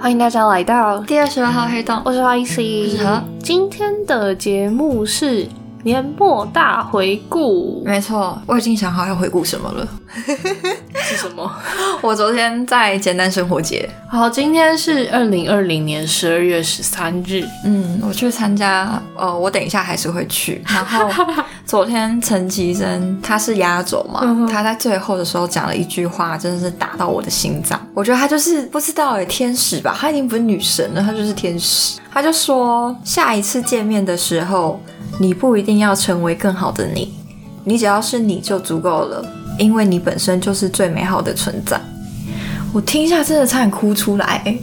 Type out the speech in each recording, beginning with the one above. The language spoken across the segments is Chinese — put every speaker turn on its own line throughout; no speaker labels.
欢迎大家来到，
第二十二号黑洞，
我是花一思
我是何。
今天的节目是年末大回顾，
没错，我已经想好要回顾什么了。
是什么？
我昨天在简单生活节，
好，今天是二零二零年十二月十三日，
嗯，我去参加，呃，我等一下还是会去。 然后昨天陈绮贞她是压轴嘛，
嗯哼
她在最后的时候讲了一句话，真的是打到我的心脏。我觉得她就是不知道哎，天使吧，她已经不是女神了，她就是天使。她就说，下一次见面的时候，你不一定要成为更好的你，你只要是你就足够了，因为你本身就是最美好的存在。我听一下真的差点哭出来欸，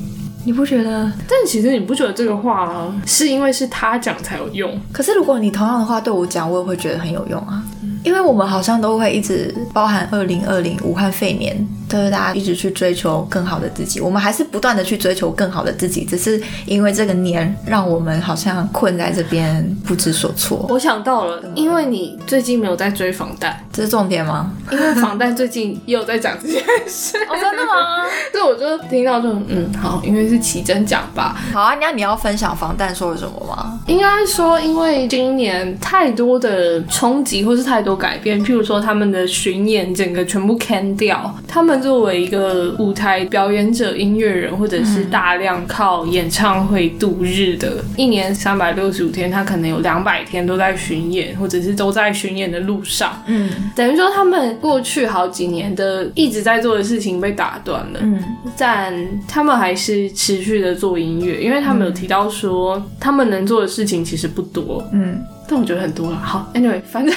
你不觉得？
但其实你不觉得这个话是因为是他讲才有用？
可是如果你同样的话对我讲，我也会觉得很有用啊。因为我们好像都会一直包含二零二零武汉肺炎，就是大家一直去追求更好的自己。我们还是不断的去追求更好的自己，只是因为这个年让我们好像困在这边不知所措。
我想到了，因为你最近没有在追房贷，
这是重点吗？
因为 房贷最近也有在讲这件事，
哦，真的 吗？
所以我就听到就嗯好，因为是奇珍讲吧，
好啊，那你要分享防弹说了什么吗？
应该说，因为今年太多的冲击或是太多改变，譬如说他们的巡演整个全部 can 掉，他们作为一个舞台表演者、音乐人，或者是大量靠演唱会度日的，一年三百六十五天，他可能有两百天都在巡演，或者是都在巡演的路上。
嗯
等于说他们过去好几年的一直在做的事情被打断了，
嗯
但他们还是持续的做音乐，因为他们有提到说他们能做的事情其实不多，
嗯
但我觉得很多了。啊好，anyway，反正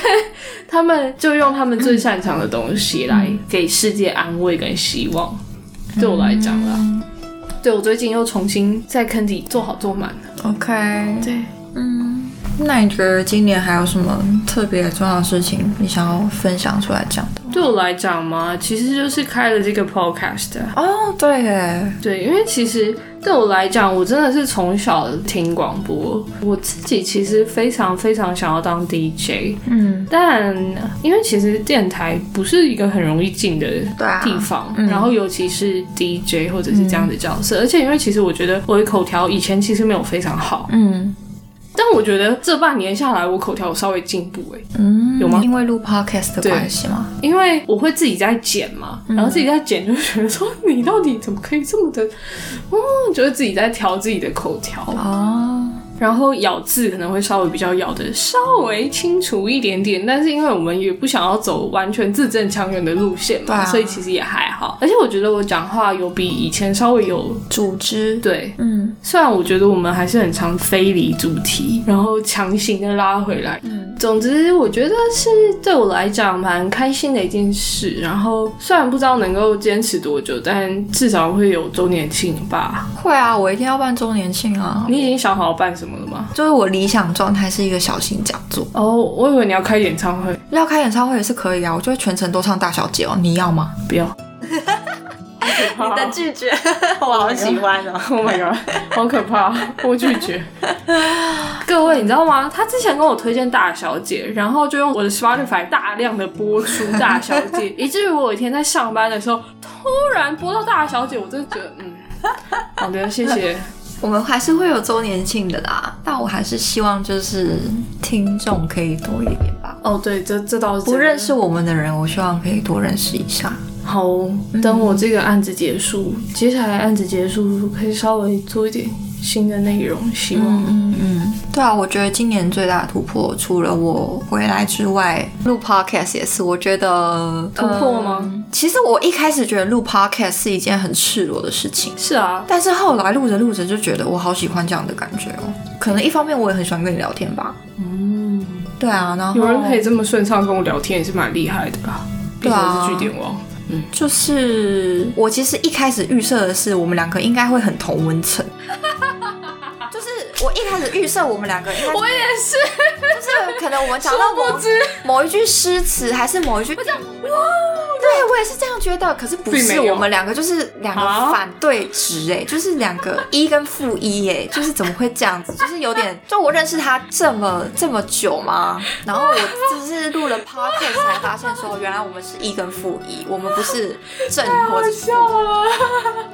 他们就用他们最擅长的东西来给世界安慰跟希望。对我来讲啦，嗯对我最近又重新在坑底做好做满了。
，OK。
对，
嗯，那你觉得今年还有什么特别重要的事情你想要分享出来讲的？
对我来讲嘛，其实就是开了这个 podcast 啊、
哦，对耶，
对，因为其实对我来讲，我真的是从小听广播，我自己其实非常非常想要当 DJ，
嗯，
但因为其实电台不是一个很容易进的
对啊，
地方，
嗯
然后尤其是 DJ 或者是这样的角色，而且因为其实我觉得我的口条以前其实没有非常好，
嗯
但我觉得这半年下来我口条有稍微进步哎、
嗯，
有吗
因为录 podcast 的关系吗？
因为我会自己在剪嘛，
嗯
然后自己在剪就觉得说你到底怎么可以这么的，嗯，就是自己在调自己的口条，
哦，
然后咬字可能会稍微比较咬的稍微清楚一点点，但是因为我们也不想要走完全字正腔圆的路线嘛，
对啊
所以其实也还好。而且我觉得我讲话有比以前稍微有
组织，
对，
嗯
虽然我觉得我们还是很常非离主题，然后强行的拉回来。
嗯
总之，我觉得是对我来讲蛮开心的一件事。然后虽然不知道能够坚持多久，但至少会有周年庆吧。
会啊，我一定要办周年庆啊！
你已经想好办什么了吗？
就是我理想状态是一个小型讲座，
哦、我以为你要开演唱会，
要开演唱会也是可以啊，我就会全程都唱大小姐哦，你要吗？
不 要。
你的拒绝，我好 喜欢哦。
Oh my god，好可怕！我拒 绝。各位，你知道吗？他之前跟我推荐《大小姐》，然后就用我的 Spotify 大量的播出《大小姐》，以至于我有一天在上班的时候突然播到《大小姐》，我真的觉得， 嗯，好的，谢谢。
我们还是会有周年庆的啦，但我还是希望就是听众可以多一点吧。
哦，对，这这倒是
不认识。我们的人，我希望可以多认识一下。
好，等我这个案子结束，接下来案子结束可以稍微做一点新的内容，希望。
嗯嗯，对啊，我觉得今年最大的突破，除了我回来之外，录 podcast 也是。我觉得
突破吗
嗯其实我一开始觉得录 podcast 是一件很赤裸的事情，
是啊，
但是后来录着录着就觉得我好喜欢这样的感觉哦。可能一方面我也很喜欢跟你聊天吧。
嗯，
对啊，然后
有人可以这么顺畅跟我聊天也是蛮厉害的吧？毕
对
竟
啊
我是据点王。
就是我其实一开始预设的是我们两个应该会很同温层。 就是我一开始预设我们两个应该， 我也是，就是可能我们讲到某
殊不知
某一句诗词，还是某一句，我讲哇，对，对我也是这样觉得，可是不
并没
是
有
我们两个就是两
啊
个反对值哎、就是两个一跟负一哎， 就是怎么会这样子？就是 有点，就我认识他这么这么久吗？然后我只是录了 podcast 才发现说，原来我们是一跟负一，我们不是正或者是负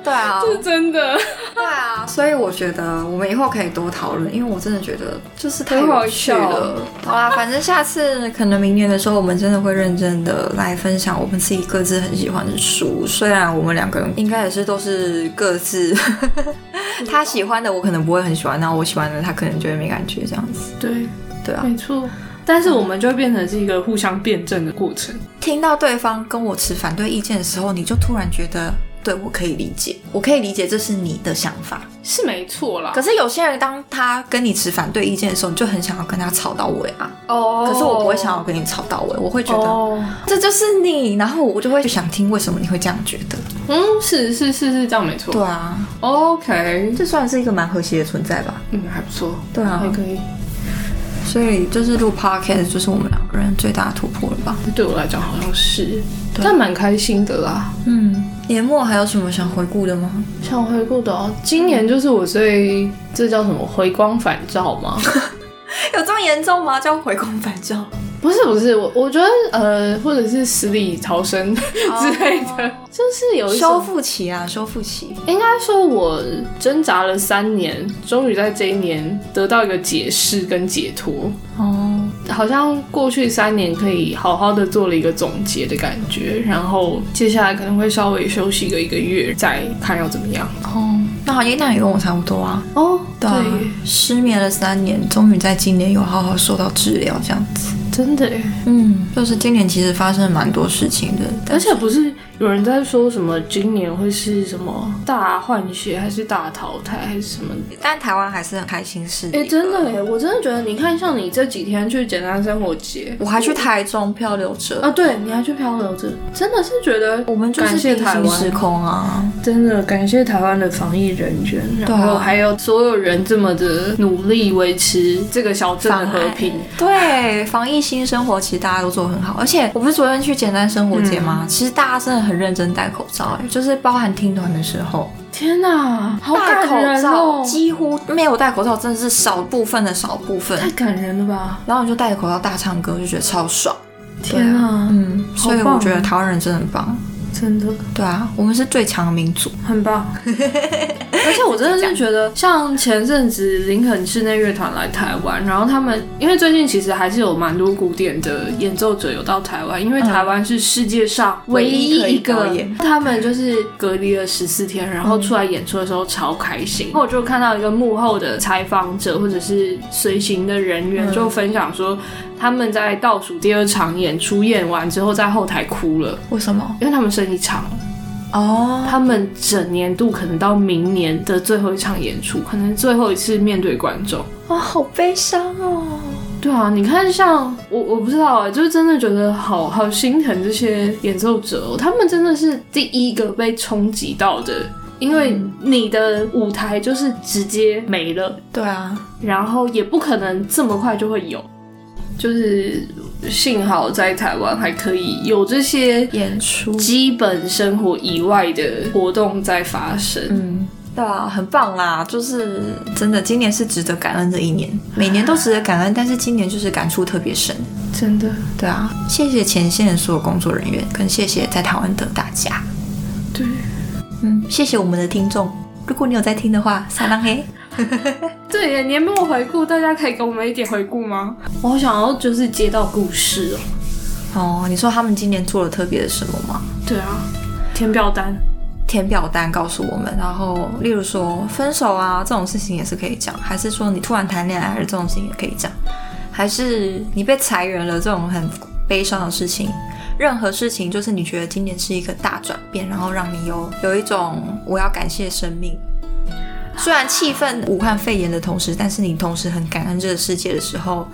对啊，
是真的，
对啊，所以我觉得我们以后可以多讨论，因为我真的觉得就是太
很好
有趣
笑
了。好啦，反正下次可能明年的时候，我们真的会认真的来分享我们自己各自很喜欢的书。虽然我们两个人应该也是都是 各自他喜欢的，我可能不会很喜欢，然后我喜欢的他可能就会没感觉这样子。
对，
对啊，
没错。但是我们就会变成是一个互相辩证的过程，
听到对方跟我持反对意见的时候，你就突然觉得。对，我可以理解，我可以理解这是你的想法，
是没错啦
可。是有些人，当他跟你持反对意见的时候，你就很想要跟他吵到尾啊。
哦
可是我不会想要跟你吵到尾，我会觉得、
哦，
这就是你，然后我就会想听为什么你会这样觉得。
嗯，是是是是这样没错。
对啊，
OK，
这算是一个蛮和谐的存在吧。
嗯，还不错，
对啊
还可以。
所以就是录 podcast 就是我们两个人最大的突破了吧。
对我来讲好像是，但蛮开心的啦。
嗯，年末还有什么想回顾的吗？
想回顾的、哦，今年就是我最这叫什么回光返照吗？
有这么严重吗？叫回光返照？
不是不是，我我觉得呃，或者是死里逃生之类的，就是有一
修
种
复期啊，修复期。
应该说，我挣扎了三年，终于在这一年得到一个解释跟解脱，
哦，
好像过去三年可以好好的做了一个总结的感觉，然后接下来可能会稍微休息个一个月，再看要怎么样。
哦，那好像那也跟我差不多啊。
哦，
对啊，失眠了三年，终于在今年有好好受到治疗，这样子。
真的耶，
嗯，就是今年其实发生了蛮多事情的，
而
但是
且不是有人在说什么今年会是什么大换血，还是大淘汰，还是什么
但台湾还是很开心是。
哎、真的哎，我真的觉得，你看，像你这几天去简单生活节
我还去台中漂流者，
啊，对，你还去漂流这，真的是觉得
我们就
感
是
谢
平
台
行时
湾，
空啊。
哦真的感谢台湾的防疫人员，
对
然
啊
后还有所有人这么的努力维持这个小镇的和平。
对，防疫新生活其实大家都做得很好，而且我不是昨天去简单生活节
嗯
吗？其实大家真的很认真戴口罩、哎，就是包含听团的时候，
天哪，好
戴
感
口
人
罩
哦！
几乎没有戴口罩，真的是少部分的少部分。
太感人了吧！
然后你就戴着口罩大唱歌，就觉得超爽。
天啊哪，
嗯，所以
好棒
我觉得台湾人真的很棒。
真的
对啊，我们是最强的民族。
很 棒。而且我真的是觉得，像前阵子林肯室内乐团来台湾，然后他们因为最近其实还是有蛮多古典的演奏者有到台湾，因为台湾是世界上唯一一
唯一可以
个
表演
他们就是隔离了十四天，然后出来演出的时候超开心。然后我就看到一个幕后的采访者或者是随行的人
嗯
员就分享说，他们在倒数第二场演出演完之后，在后台哭了，
为什么？
因为他们生意场了。
哦，
他们整年度可能到明年的最后一场演出，可能最后一次面对观众。
哇，好悲伤哦。
对啊，你看像我，我不知道哎、就是真的觉得好好心疼这些演奏者、哦，他们真的是第一个被冲击到的，因为你的舞台就是直接没了，
对啊，
然后也不可能这么快就会有。就是幸好在台湾还可以有这些
演出，
基本生活以外的活动在发生，
嗯，对啊，很棒啦，就是真的，今年是值得感恩的一年，每年都值得感恩，但是今年就是感触特别深。
真的。
对啊，谢谢前线的所有工作人员，跟谢谢在台湾的大家。
对，
嗯，谢谢我们的听众，如果你有在听的话，撒浪嘿。
对耶，年末回顾，大家可以给我们一点回顾吗？我好想要就是接到故事哦。
哦，你说他们今年做了特别的什么吗？
对啊，填表单。
填表单告诉我们，然后例如说分手啊这种事情也是可以讲，还是说你突然谈恋爱了这种事情也可以讲，还是你被裁员了这种很悲伤的事情，任何事情就是你觉得今年是一个大转变，然后让你有有一种我要感谢生命。虽然气愤武汉肺炎的同时，但是你同时很感恩这个世界的时候，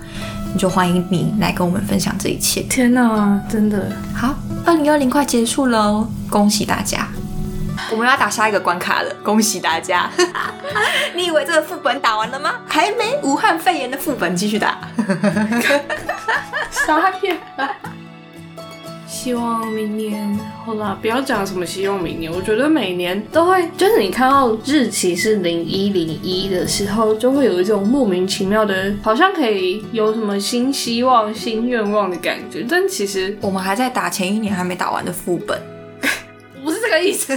你就欢迎你来跟我们分享这一切。
天哪，真的
好，二零二零快结束喽，恭喜大家！我们要打下一个关卡了，恭喜大家！ 你以为这个副本打完了吗？还没，武汉肺炎的副本继续打。
傻眼了。希望明年，好啦，不要讲什么希望明年，我觉得每年都会，就是你看到日期是零一零一的时候，就会有一种莫名其妙的，好像可以有什么新希望、新愿望的感觉，但其实
我们还在打前一年还没打完的副本。
不是这个意思。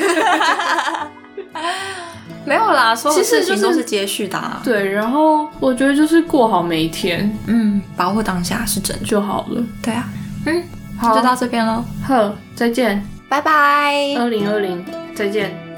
没有啦，所有
其实
事
就
情都
是
是接续的、啊。
对，然后我觉得就是过好每一天
嗯，把握当下是真的。
就好了。
对啊，
好
就，到这边喽，
呵，再见，
拜拜。
二零二零，再见。